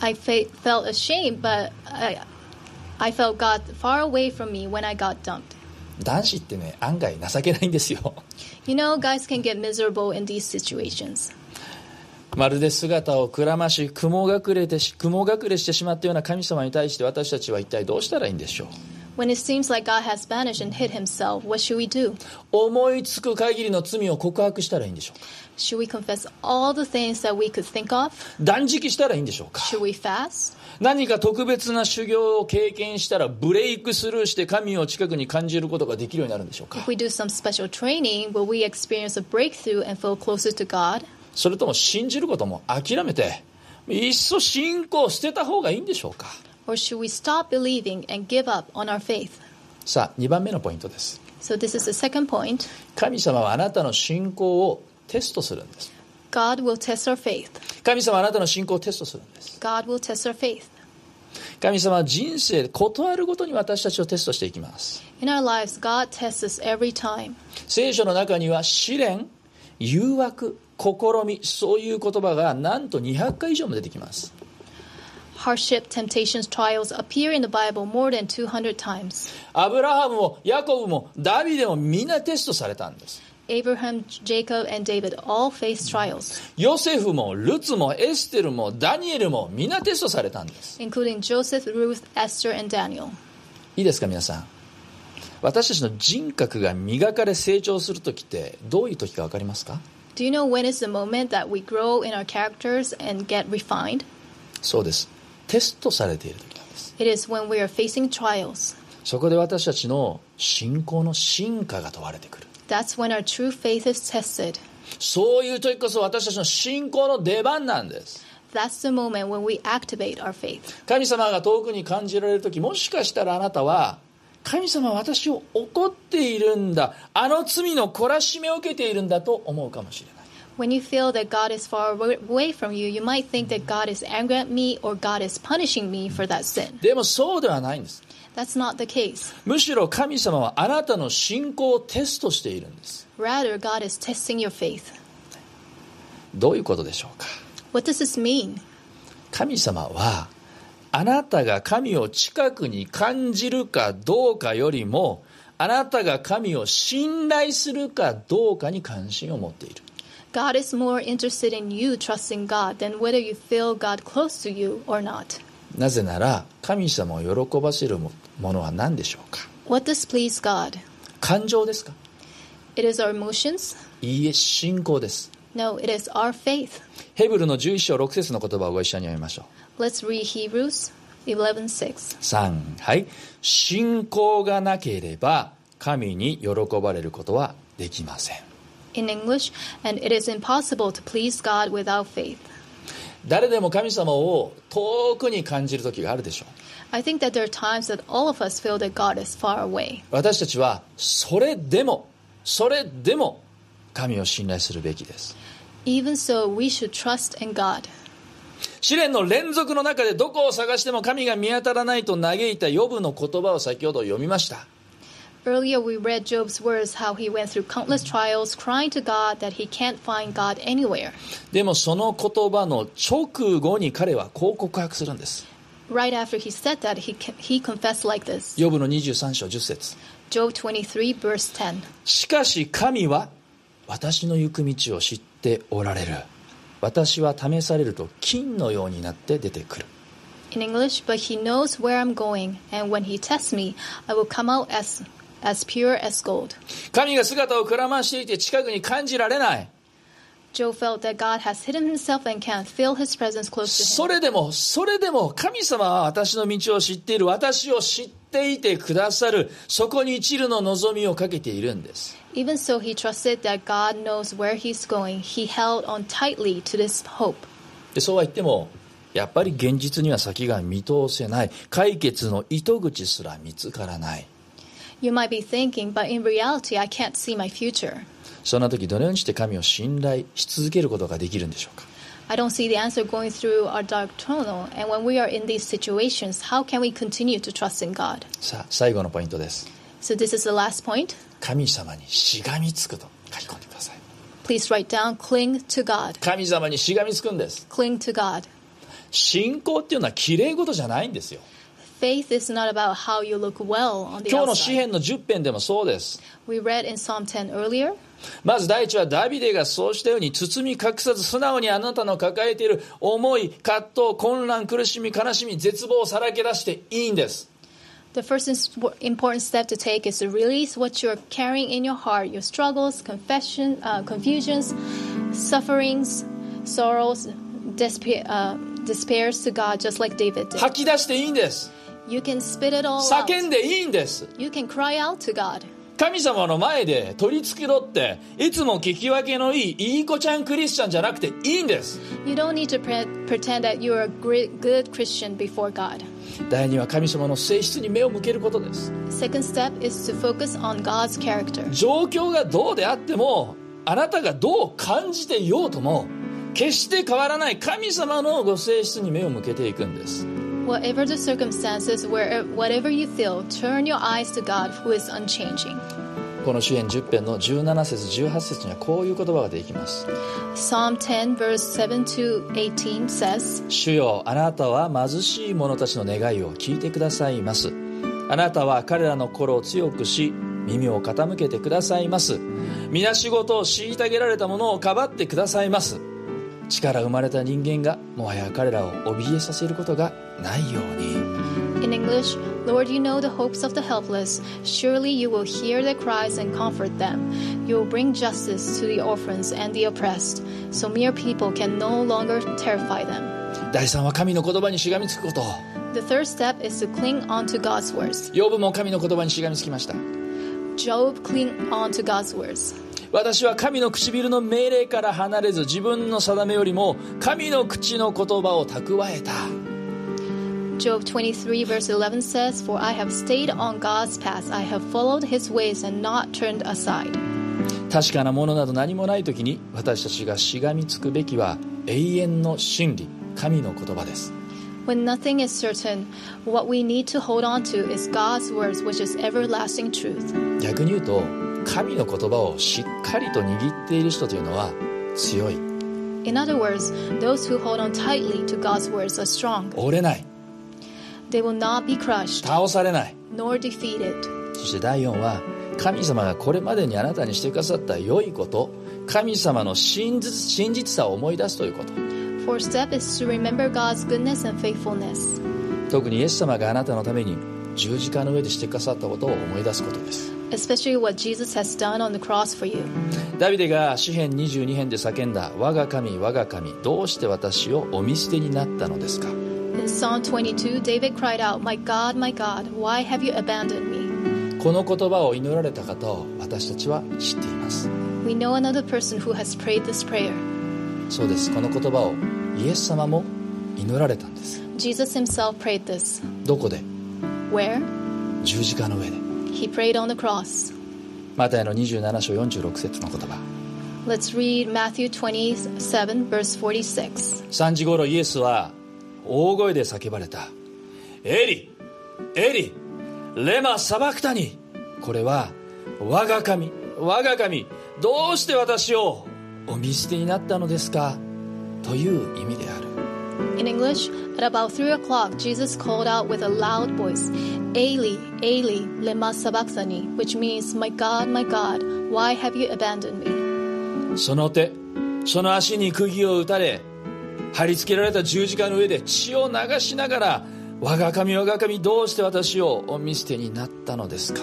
[SPEAKER 2] I fe- felt ashamed, but I, I felt God far away from me when I got dumped.
[SPEAKER 1] 男子ってね案外情けないんですよ
[SPEAKER 2] You know, guys can get miserable in these situations.
[SPEAKER 1] まるで姿をくらまし雲隠れてし雲隠れしてしまったような神様に対して私たちは一体どうしたらいいんでしょう
[SPEAKER 2] When it seems like God has vanished and hid himself, what should we do?
[SPEAKER 1] 思いつく限りの罪を告白したらいいんでしょうか
[SPEAKER 2] Should we confess all the things that we could think of?
[SPEAKER 1] 断食したらいいんでしょうか
[SPEAKER 2] Should we fast?
[SPEAKER 1] 何か特別な修行を経験したらブレイクスルーして神を近くに感じることができるようになるんでしょうか
[SPEAKER 2] If we do some special training, will we experience a breakthrough and feel closer to God?
[SPEAKER 1] それとも信じることも諦めていっそ信仰を捨てた方がいいんでしょうか
[SPEAKER 2] Or should we stop believing and give up on our faith?
[SPEAKER 1] さあ2番目のポイントです
[SPEAKER 2] So, this is the second point
[SPEAKER 1] 神様はあなたの信仰をテストするんです
[SPEAKER 2] God will test our faith.
[SPEAKER 1] 神様はあなたの信仰をテストするんです
[SPEAKER 2] God will test our faith.
[SPEAKER 1] 神様は人生で断るごとに私たちをテストしていきます
[SPEAKER 2] In our lives, God tests us every time.
[SPEAKER 1] 聖書の中には試練誘惑試みそういう言葉がなんと200回以上も出てきます
[SPEAKER 2] Hardship, temptations, trials appear in the Bible more than 200 times.
[SPEAKER 1] アブラハムもヤコブもダビデもみんなテストされたんです
[SPEAKER 2] Abraham, Jacob, and David all faced trials,
[SPEAKER 1] ヨセフもルツもエステルもダニエルもみんなテストされたんです
[SPEAKER 2] including Joseph, Ruth, Esther, and Daniel.
[SPEAKER 1] いいですか皆さん私たちの人格が磨かれ成長する時ってどういう時か分かりますか
[SPEAKER 2] Do you know when is the moment that we grow in our characters and get refined?
[SPEAKER 1] そうですテストされている時なんです
[SPEAKER 2] It is when we are facing trials.
[SPEAKER 1] そこで私たちの信仰の進化が問われてくる
[SPEAKER 2] That's when our true faith is tested.
[SPEAKER 1] そういう時こそ私たちの信仰の出番なんです
[SPEAKER 2] That's the moment when we activate our faith.
[SPEAKER 1] 神様が遠くに感じられる時もしかしたらあなたは神様は私を怒っているんだあの罪の懲らしめを受けているんだと思うかもしれない
[SPEAKER 2] When you feel that God is far away from you, you might think that God is angry at me or God is punishing me for that sin.
[SPEAKER 1] でもそうではないんです
[SPEAKER 2] That's not the case.
[SPEAKER 1] むしろ神様はあなたの信仰をテストしているんです
[SPEAKER 2] Rather, God is testing your faith.
[SPEAKER 1] どういうことでしょうか
[SPEAKER 2] What does this mean?
[SPEAKER 1] 神様はあなたが神を近くに感じるかどうかよりもあなたが神を信頼するかどうかに関心を持っている
[SPEAKER 2] God is more interested in you trusting God than whether you feel God close to you or not.
[SPEAKER 1] なぜなら神様を喜ばせるものは何でしょうか
[SPEAKER 2] What does please God?
[SPEAKER 1] 感情ですか
[SPEAKER 2] It is our emotions?
[SPEAKER 1] いいえ信仰です
[SPEAKER 2] No, it is our faith.
[SPEAKER 1] ヘブルの11章6節の言葉をご一緒に読みましょう
[SPEAKER 2] Let's read Hebrews 11:6.
[SPEAKER 1] 3はい信仰がなければ神に喜ばれることはできません
[SPEAKER 2] In English, and it is impossible to please God without faith.
[SPEAKER 1] 誰でも神様を遠くに感じる時があるでしょう
[SPEAKER 2] I think that there are times that all of us feel that God is far away.
[SPEAKER 1] 私たちはそれでもそれでも神を信頼するべきです
[SPEAKER 2] Even so, we should trust in God.
[SPEAKER 1] 試練の連続の中でどこを探しても神が見当たらないと嘆いたヨブの言葉を先ほど読みました
[SPEAKER 2] Earlier, we read Job's words how he went through countless trials, crying to God that he can't find God anywhere.
[SPEAKER 1] でもその言葉の直後に彼はこう告白するんです
[SPEAKER 2] Right after he said that, he, he confessed like this
[SPEAKER 1] ヨブの23章10節
[SPEAKER 2] Job 23, verse 10.
[SPEAKER 1] しかし神は私の行く道を知っておられる私は試されると金のようになって出てくる
[SPEAKER 2] In English, but he knows where I'm going, and when he tests me, I will come out as, as pure as gold.
[SPEAKER 1] 神が姿をくらましていて近くに感じられない
[SPEAKER 2] Job felt that God has hidden himself and can't feel his presence close to him.
[SPEAKER 1] それでもそれでも神様は私の道を知っている私を知っていてくださるそこに一縷の望みをかけているんです
[SPEAKER 2] Even so, he trusted that God knows where he's going. He held on tightly to this hope.
[SPEAKER 1] でそうは言ってもやっぱり現実には先が見通せない解決の糸口すら見つからない
[SPEAKER 2] You might be thinking, but in reality, I can't see my future.
[SPEAKER 1] そんな時どのようにして神を信頼し続けることができるんでしょうか
[SPEAKER 2] I don't see the answer going through our dark tunnel. And when we are in these situations, how can we continue to trust in God?
[SPEAKER 1] さあ最後のポイントです
[SPEAKER 2] So, this is the last point.
[SPEAKER 1] 神様にしがみつくと書き込んでください
[SPEAKER 2] Please write down cling to God.
[SPEAKER 1] 神様にしがみつくんです
[SPEAKER 2] Cling to God.
[SPEAKER 1] 信仰っていうのはきれい事じゃないんですよ
[SPEAKER 2] Faith is not about how you look well on the
[SPEAKER 1] 今日の詩
[SPEAKER 2] outside.
[SPEAKER 1] 篇の10編でもそうです
[SPEAKER 2] We read in Psalm 10 earlier.
[SPEAKER 1] まず第一はダビデがそうしたように包み隠さず素直にあなたの抱えている思い葛藤混乱苦しみ悲しみ絶望をさらけ出していいんです
[SPEAKER 2] The first ins- important step to take is to release what you're carrying in your heart your struggles, confession, uh, confusions, sufferings, sorrows, despair, uh, despairs to God, just like David did.
[SPEAKER 1] 吐き出していいんです
[SPEAKER 2] You can spit it all
[SPEAKER 1] 叫ん
[SPEAKER 2] out.
[SPEAKER 1] でいいんです
[SPEAKER 2] You can cry out to God.
[SPEAKER 1] 神様の前で取り繕っていつも聞き分けのいいいい子ちゃんクリスチャンじゃなくていいんです
[SPEAKER 2] You don't need to pre- pretend that you're a gre- good Christian before God.
[SPEAKER 1] 第二は神様の性質に目を向けることです
[SPEAKER 2] Second step is to focus on God's character.
[SPEAKER 1] 状況がどうであってもあなたがどう感じていようとも決して変わらない神様のご性質に目を向けていくんです
[SPEAKER 2] Whatever the circumstances, where, whatever you feel, turn your eyes to God who is unchanging.
[SPEAKER 1] この詩篇10編の17節18節にはこういう言葉ができます
[SPEAKER 2] Psalm 10, verse 7 to 18 says,
[SPEAKER 1] 主よあなたは貧しい者たちの願いを聞いてくださいますあなたは彼らの心を強くし耳を傾けてくださいます皆仕事を虐げられた者をかばってくださいます力生まれた人間がもはや彼らを怯えさせることがないように
[SPEAKER 2] In English, Lord, you know the hopes of the helpless. Surely you will hear their cries and comfort them. You will bring justice to the orphans and the oppressed, so mere people can no longer terrify them.
[SPEAKER 1] 第3は神の言葉にしがみつくこと
[SPEAKER 2] The third step is to cling on to God's words.
[SPEAKER 1] ヨブも神の言葉にしがみつきました
[SPEAKER 2] Job cling on to God's words.
[SPEAKER 1] 私は神の唇の命令から離れず自分の定めよりも神の口の言葉を蓄えた
[SPEAKER 2] Job 23, verse 11 says, For I have stayed on God's path, I have followed his ways and not turned aside.
[SPEAKER 1] 確かなものなど何もない時に私たちがしがみつくべきは永遠の真理神の言葉です
[SPEAKER 2] When nothing is certain, what we need to hold on to is God's words, which is everlasting truth.
[SPEAKER 1] 逆に言うと神の言葉をしっかりと握っている人というのは強い
[SPEAKER 2] In other words, those who hold on tightly to God's words are strong.
[SPEAKER 1] 折れない
[SPEAKER 2] They will not be crushed
[SPEAKER 1] 倒されない
[SPEAKER 2] nor defeated.
[SPEAKER 1] そして第4は神様がこれまでにあなたにしてくださった良いこと神様の真実真実さを思い出すということ
[SPEAKER 2] Fourth step is to remember God's goodness and faithfulness.
[SPEAKER 1] 特にイエス様があなたのために十字架の上でしてくださったことを思い出すことです
[SPEAKER 2] especially what Jesus has done on the cross for you.
[SPEAKER 1] ダビデが詩編22編で叫んだ「我が神我が神どうして私をお見捨てになったのですか」
[SPEAKER 2] In Psalm 22, David cried out, My God, my God, why have you abandoned me?
[SPEAKER 1] この言葉を祈られた方を私たちは知っています
[SPEAKER 2] We know another person who has prayed this prayer.
[SPEAKER 1] そうですこの言葉をイエス様も祈られたんです
[SPEAKER 2] Jesus himself prayed this.
[SPEAKER 1] どこで
[SPEAKER 2] Where?
[SPEAKER 1] 十字架の上で
[SPEAKER 2] He prayed on the cross.
[SPEAKER 1] マタイの27章46節の言葉
[SPEAKER 2] Let's read Matthew 27, verse 46.
[SPEAKER 1] 3時頃イエスは大声で叫ばれた「エリエリレマサバクタニ」これは「我が神我が神どうして私をお見捨てになったのですか?」という意味である
[SPEAKER 2] In English, at about 3 o'clock, Jesus called out with a loud voice, Eli, Eli, lema sabachthani, which means, My God, my God, why have you abandoned me?
[SPEAKER 1] その手その足に釘を打たれ貼り付けられた十字架の上で血を流しながら「我が神我が神どうして私をお見捨てになったのですか?」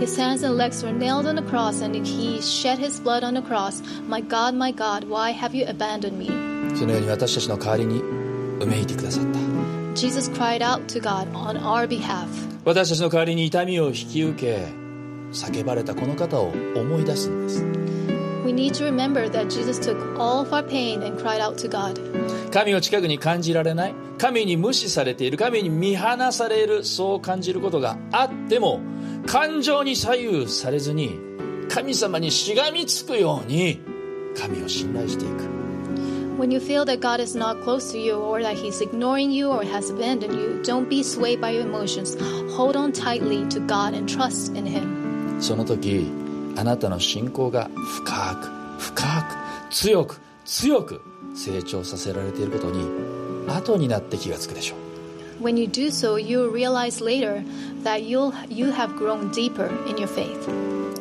[SPEAKER 2] His hands and legs were nailed on the cross, and he shed his blood on the cross. My God, my God, why have you abandoned me?
[SPEAKER 1] そのように私たちの代わりにうめいてくださった
[SPEAKER 2] Jesus cried out to God on our behalf.
[SPEAKER 1] 私たちの代わりに痛みを引き受け叫ばれたこの方を思い出すんです
[SPEAKER 2] We need to remember that Jesus took all of our pain and cried out to God.
[SPEAKER 1] 神を近くに感じられない神に無視されている神に見放されるそう感じることがあっても感情に左右されずに神様にしがみつくように神を信頼していく
[SPEAKER 2] When you feel that God is not close to you or that He's ignoring you or has abandoned you, don't be swayed by your emotions. Hold on tightly to God and trust in Him.
[SPEAKER 1] その時あなたの信仰が深く深く強く強く成長させられていることに後になって気がつくでしょう
[SPEAKER 2] When you do so, you'll realize later that you'll you have grown deeper in your faith.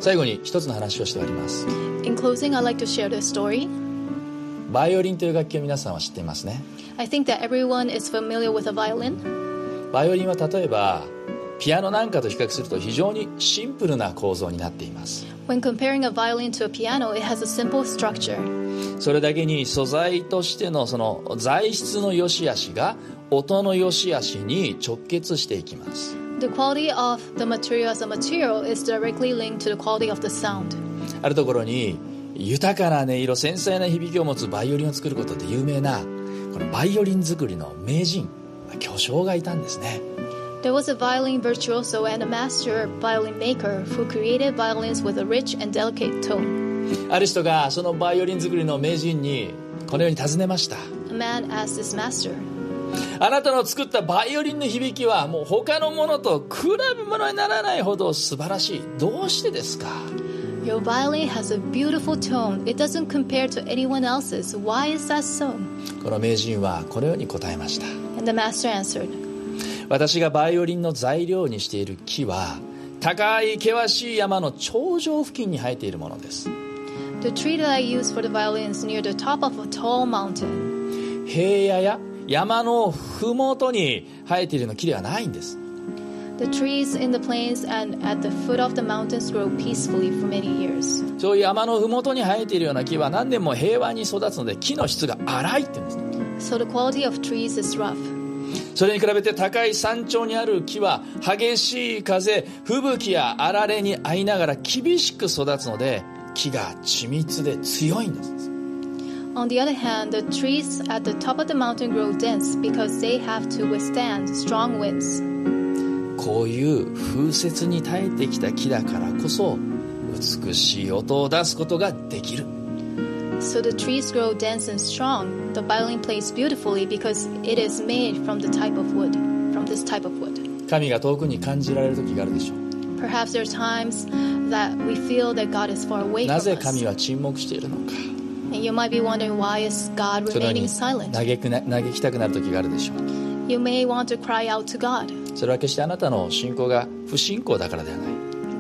[SPEAKER 1] 最後に一つの話をしております
[SPEAKER 2] In closing, I'd like to share this story.
[SPEAKER 1] バイオリンという楽器を皆さんは知っていますね
[SPEAKER 2] I think that everyone is familiar with a violin.
[SPEAKER 1] バイオリンは例えばピアノなんかと比較すると非常にシンプルな構造になっています
[SPEAKER 2] When comparing a violin to a piano, it has a simple structure.
[SPEAKER 1] それだけに素材としてのその材質の良し悪しが音の良し悪しに直結していきます
[SPEAKER 2] The quality of the material as a material is directly linked to the quality of the sound.
[SPEAKER 1] あるところに豊かな音色繊細な響きを持つバイオリンを作ることで有名なこのバイオリン作りの名人巨匠がいたんですね
[SPEAKER 2] There was a violin virtuoso and a master violin maker who created violins with a rich and delicate tone.
[SPEAKER 1] ある人がそのバイオリン作りの名人にこのように尋ねました
[SPEAKER 2] A man asked his master,
[SPEAKER 1] あなたの作ったバイオリンの響きはもう他のものと比べ物にならないほど素晴らしいどうしてですか
[SPEAKER 2] Your violin has a beautiful tone. It doesn't compare to anyone else's. Why is that so?
[SPEAKER 1] この名人はこのように答えました
[SPEAKER 2] And the master answered,
[SPEAKER 1] 私がバイオリンの材料にしている木は高い険しい山の頂上付近に生えているものです
[SPEAKER 2] The tree that I use for the violin is near the top of a tall mountain.
[SPEAKER 1] 平野や山の麓に生えているの木ではないんです
[SPEAKER 2] The trees in the plains and at the foot of the mountains grow peacefully for many years.
[SPEAKER 1] そういう山の麓に生えているような木は何年も平和に育つので木の質が荒いって言うんです
[SPEAKER 2] So the quality of trees is rough.
[SPEAKER 1] それに比べて高い山頂にある木は激しい風吹雪やあられに遭いながら厳しく育つので木が緻密で強いんです
[SPEAKER 2] On the other hand, the trees at the top of the mountain grow dense because they have to withstand strong winds.
[SPEAKER 1] こういう風雪に耐えてきた木だからこそ美しい音を出すことができる
[SPEAKER 2] So the trees grow dense and strong. The violin plays beautifully because it is made from the type of wood, from this type of wood.
[SPEAKER 1] 神が遠くに感じられる時があるでしょう
[SPEAKER 2] Perhaps there are times that we feel that God is far away
[SPEAKER 1] な
[SPEAKER 2] from
[SPEAKER 1] ぜ神
[SPEAKER 2] us.
[SPEAKER 1] は沈黙しているのか
[SPEAKER 2] And you might be wondering why is God
[SPEAKER 1] そのように
[SPEAKER 2] remaining silent?
[SPEAKER 1] 嘆くな嘆きたくなる時があるでしょう
[SPEAKER 2] You may want to cry out to God.
[SPEAKER 1] それは決してあなたの信仰が不信仰だからではない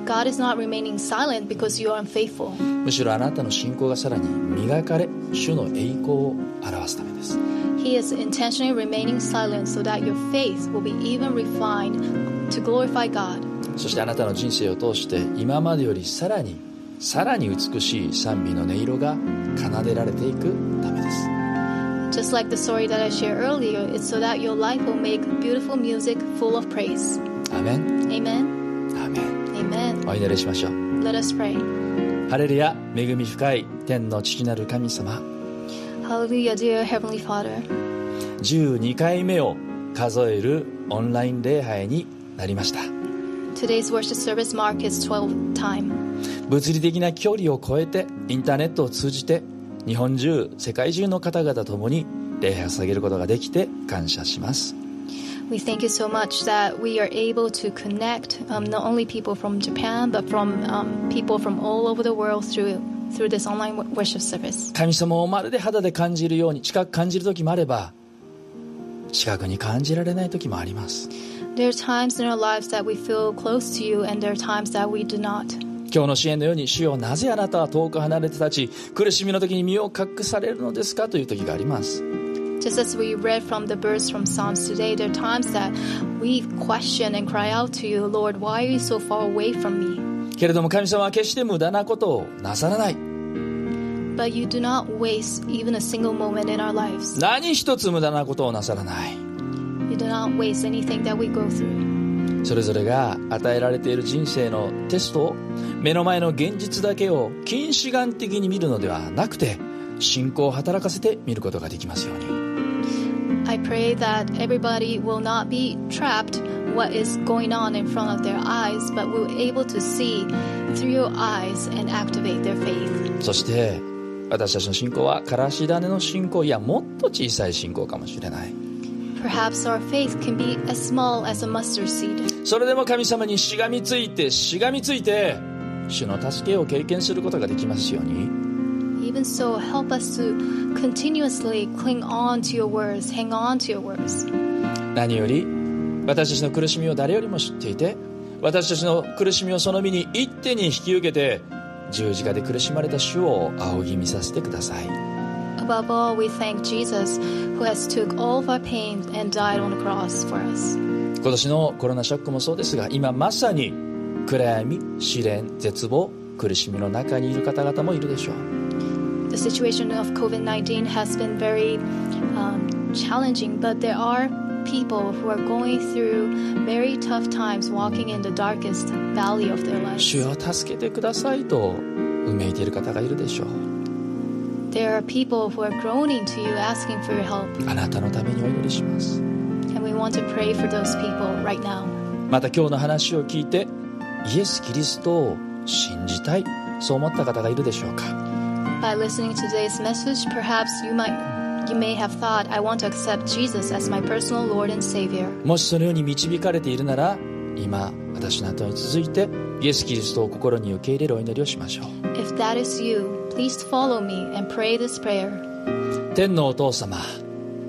[SPEAKER 2] God is not remaining silent because you are unfaithful.
[SPEAKER 1] むしろあなたの信仰がさらに磨かれ主の栄光を表すためです
[SPEAKER 2] He is intentionally remaining silent so that your faith will be even refined to glorify God.
[SPEAKER 1] そしてあなたの人生を通して今までよりさらにさらに美しい賛美の音色が奏でられていくためです
[SPEAKER 2] Just like the story that I shared earlier, it's so that your life will make beautiful music full of praise.
[SPEAKER 1] アーメン
[SPEAKER 2] Amen.
[SPEAKER 1] アーメン
[SPEAKER 2] Amen.
[SPEAKER 1] お祈りしましょう
[SPEAKER 2] Let us pray.
[SPEAKER 1] ハレルヤ恵み深い天の父なる神様
[SPEAKER 2] Hallelujah, dear Heavenly Father.
[SPEAKER 1] 12回目を数えるオンライン礼拝になりました
[SPEAKER 2] Today's worship service mark its 12th time.
[SPEAKER 1] 物理的な距離を超えてインターネットを通じて日本中世界中の方々ともに礼拝を捧げることができて感謝します
[SPEAKER 2] We thank you so much that we are able to connect um, not only people from Japan, but from um, people from all over the world through through this online wo- worship service.
[SPEAKER 1] 神様をまるで肌で感じるように近く感じる時もあれば近くに感じられない時もあります
[SPEAKER 2] There are times in our lives that we feel close to you, and there are times that we do not.
[SPEAKER 1] 今日の支援のように主よなぜあなたは遠く離れて立ち苦しみの時に身を隠されるのですかという時があります
[SPEAKER 2] Just as we read from the verse from Psalms today, there are times that we question and cry out to you, Lord, why are you so far away from me?
[SPEAKER 1] けれども神様は決して無駄なことをなさらない
[SPEAKER 2] But you do not waste even a single moment in our lives.
[SPEAKER 1] 何一つ無駄なことをなさらない
[SPEAKER 2] You do not waste anything that we go through.
[SPEAKER 1] それぞれが与えられている人生のテストを目の前の現実だけを近視眼的に見るのではなくて信仰を働かせて見ることができますように
[SPEAKER 2] I pray that everybody will not be trapped what is going on in front of their eyes, but will able to see through your eyes and activate their faith.
[SPEAKER 1] そして私たちの信仰はからし種の信仰いやもっと小さい信仰かもしれない
[SPEAKER 2] Perhaps our faith can be as small as a mustard seed.
[SPEAKER 1] それでも神様にしがみついてしがみついて主の助けを経験することができますように
[SPEAKER 2] Even so, help us to continuously cling on to your words, hang on to your words.
[SPEAKER 1] 何より私たちの苦しみを誰よりも知っていて私たちの苦しみをその身に一手に引き受けて十字架で苦しまれた主を仰ぎ見させてください
[SPEAKER 2] Above all, we thank Jesus who has took all of our pain and died on the cross for us.
[SPEAKER 1] 今年のコロナショックもそうですが今まさに暗闇試練絶望苦しみの中にいる方々もいるでしょう
[SPEAKER 2] The situation of COVID-19 has been very um, challenging, but there are people who are going through very tough times walking in the darkest valley of their lives.
[SPEAKER 1] 主を助けてくださいとうめいている方がいるでしょう
[SPEAKER 2] There are people who are groaning to you asking for your help,
[SPEAKER 1] あなたのためにお祈りします
[SPEAKER 2] and we want to pray for those people right now.
[SPEAKER 1] また今日の話を聞いてイエス・キリストを信じたいそう思った方がいるでしょうか
[SPEAKER 2] By listening to today's message, perhaps you might you may have thought, I want to accept Jesus as my personal Lord and Savior.
[SPEAKER 1] もしそのように導かれているなら今私の後に続いてイエス・キリストを心に受け入れるお祈りをしましょう
[SPEAKER 2] If that is you, please follow me and pray this prayer.
[SPEAKER 1] 天のお父様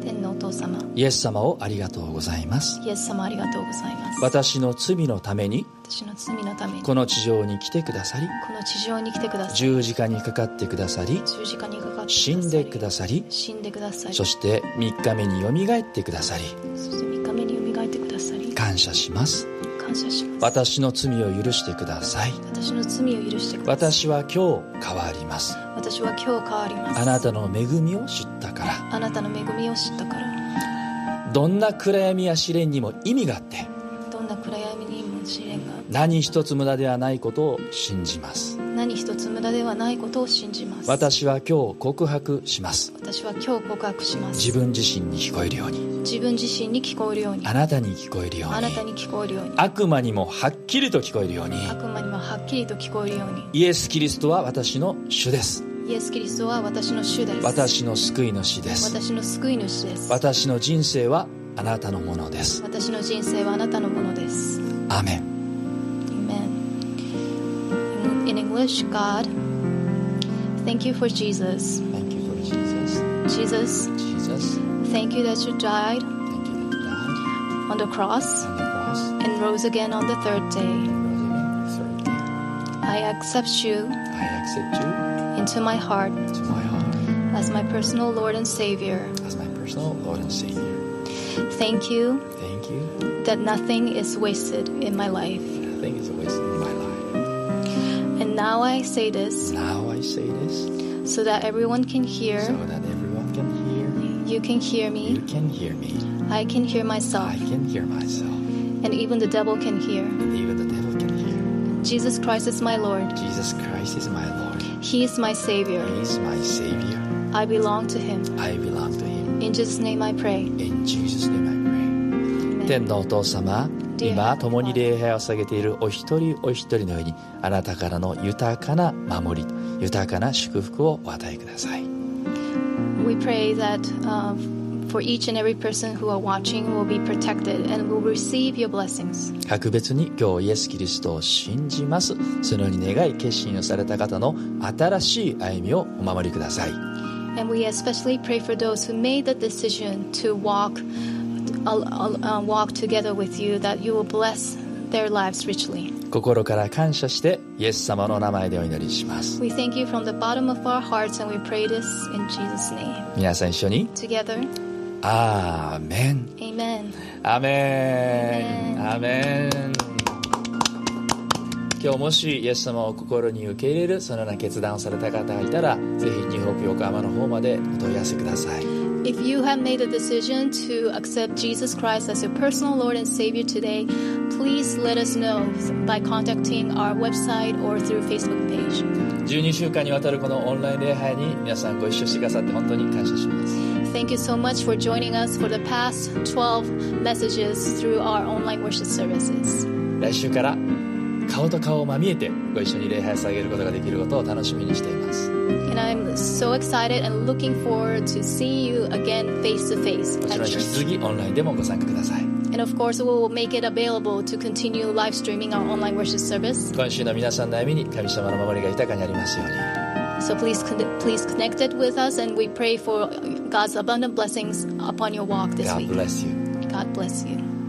[SPEAKER 2] 天のお父様、
[SPEAKER 1] イエス様をありがとうございます
[SPEAKER 2] イエス様ありがとうございます。
[SPEAKER 1] 私の罪のために
[SPEAKER 2] 私の罪のために、こ
[SPEAKER 1] この地上に来てくださり
[SPEAKER 2] の地上に来てください。
[SPEAKER 1] 十字架にかかってくださり
[SPEAKER 2] 十字架にかかってください。
[SPEAKER 1] 死んでくだ
[SPEAKER 2] さ
[SPEAKER 1] さり
[SPEAKER 2] い。死んでください。
[SPEAKER 1] そして3日目によみがえってくださり
[SPEAKER 2] そして3日目に蘇ってくださり、
[SPEAKER 1] 感謝します
[SPEAKER 2] 感謝します。
[SPEAKER 1] 私の罪を許してください
[SPEAKER 2] 私の罪を許してください。
[SPEAKER 1] 私は今日変わります
[SPEAKER 2] 私は今日変わります。
[SPEAKER 1] あなたの恵みを知ったから
[SPEAKER 2] あなたの恵みを知ったから、
[SPEAKER 1] どんな暗闇や試練にも意味があって
[SPEAKER 2] どんな暗闇にも試練があって
[SPEAKER 1] 何一つ無駄ではないことを信じます
[SPEAKER 2] 何一つ無駄ではないことを信じます
[SPEAKER 1] 私は今日告白します
[SPEAKER 2] 私は今日告白します
[SPEAKER 1] 自分自身に聞こえるように
[SPEAKER 2] 自分自身に聞こえるように
[SPEAKER 1] あなたに聞こえるよ
[SPEAKER 2] あ
[SPEAKER 1] う
[SPEAKER 2] なた
[SPEAKER 1] に
[SPEAKER 2] に聞こえるように
[SPEAKER 1] 悪魔にもはっきりと聞こえるように
[SPEAKER 2] 悪魔にもはっきりと聞こえるように
[SPEAKER 1] イエス・キリストは私の主です
[SPEAKER 2] イエス・キリストは私の主です
[SPEAKER 1] 私の救い主です
[SPEAKER 2] 私の救い主です
[SPEAKER 1] 私の人生はあなたのものです
[SPEAKER 2] 私の人生はあなたのものです
[SPEAKER 1] アーメン
[SPEAKER 2] Amen In- In English, God Thank you for Jesus
[SPEAKER 1] Thank you for Jesus
[SPEAKER 2] Jesus,
[SPEAKER 1] Jesus
[SPEAKER 2] thank you that you died
[SPEAKER 1] Thank you that you died
[SPEAKER 2] on the cross
[SPEAKER 1] on the cross
[SPEAKER 2] and rose again on the third day
[SPEAKER 1] and rose again the third day
[SPEAKER 2] I accept you
[SPEAKER 1] I accept you
[SPEAKER 2] into my heart
[SPEAKER 1] to my heart
[SPEAKER 2] as my personal Lord and Savior.
[SPEAKER 1] as my personal Lord and Savior.
[SPEAKER 2] Thank you
[SPEAKER 1] Thank you.
[SPEAKER 2] that nothing is wasted in my life.
[SPEAKER 1] Nothing think is a waste of my life.
[SPEAKER 2] And now I say this
[SPEAKER 1] Now I say this
[SPEAKER 2] so that everyone can hear.
[SPEAKER 1] so that everyone can
[SPEAKER 2] You can hear
[SPEAKER 1] hear. You
[SPEAKER 2] me.
[SPEAKER 1] can hear me.
[SPEAKER 2] I can hear myself.
[SPEAKER 1] I can hear myself.
[SPEAKER 2] And even the devil can hear.
[SPEAKER 1] And even the devil can hear.
[SPEAKER 2] Jesus Christ is my Lord.
[SPEAKER 1] Jesus Christ is my Lord.
[SPEAKER 2] He is my Savior.
[SPEAKER 1] He is my Savior.
[SPEAKER 2] I belong to Him.
[SPEAKER 1] I belong to Him.
[SPEAKER 2] In Jesus' name I pray.
[SPEAKER 1] In Jesus' name I pray.
[SPEAKER 2] Amen.
[SPEAKER 1] 天のお父様今共に礼拝を捧げているお一人お一人のようにあなたからの豊かな守り豊かな祝福をお与えください
[SPEAKER 2] We pray that uh, for each and every person who are watching will be protected and will receive your blessings.
[SPEAKER 1] 格別に今日イエス・キリストを信じますそのように願い決心をされた方の新しい歩みをお守りください
[SPEAKER 2] And we especially pray for those who made the decision to walk uh, uh, walk together with you that you will bless their lives richly.
[SPEAKER 1] 心から感謝してイエス様の名前でお祈りします
[SPEAKER 2] We thank you from the bottom of our hearts and we pray this in Jesus name.
[SPEAKER 1] 皆さん一緒に
[SPEAKER 2] Together.
[SPEAKER 1] アーメン
[SPEAKER 2] Amen.
[SPEAKER 1] アメン
[SPEAKER 2] ア
[SPEAKER 1] アメン今日もしイエス様を心に受け入れるそのような決断をされた方がいたらぜひニューホープ横浜の方までお問い合わせください
[SPEAKER 2] If you have made a decision to accept Jesus Christ as your personal Lord and Savior today, please let us know by contacting our website or through Facebook page.
[SPEAKER 1] 12週間にわたるこのオンライン礼拝に皆さんご一緒してくださって本当に感謝します
[SPEAKER 2] Thank you so much for joining us for the past 12 messages through our online worship services.
[SPEAKER 1] 来週から顔と顔をまみえてご一緒に礼拝を捧げることができることを楽しみにしています
[SPEAKER 2] And I'm so excited and looking forward to see you again face to face
[SPEAKER 1] もち
[SPEAKER 2] at
[SPEAKER 1] ろん引き
[SPEAKER 2] church.
[SPEAKER 1] 続きオンラインでもご参加ください
[SPEAKER 2] And of course, we will make it available to continue live streaming our online worship service.
[SPEAKER 1] 今週の皆さんの歩みに神様の守りが豊かにありますように
[SPEAKER 2] So please, con- please connect it with us, and we pray for God's abundant blessings upon your walk this
[SPEAKER 1] God
[SPEAKER 2] week.
[SPEAKER 1] bless you
[SPEAKER 2] God bless you.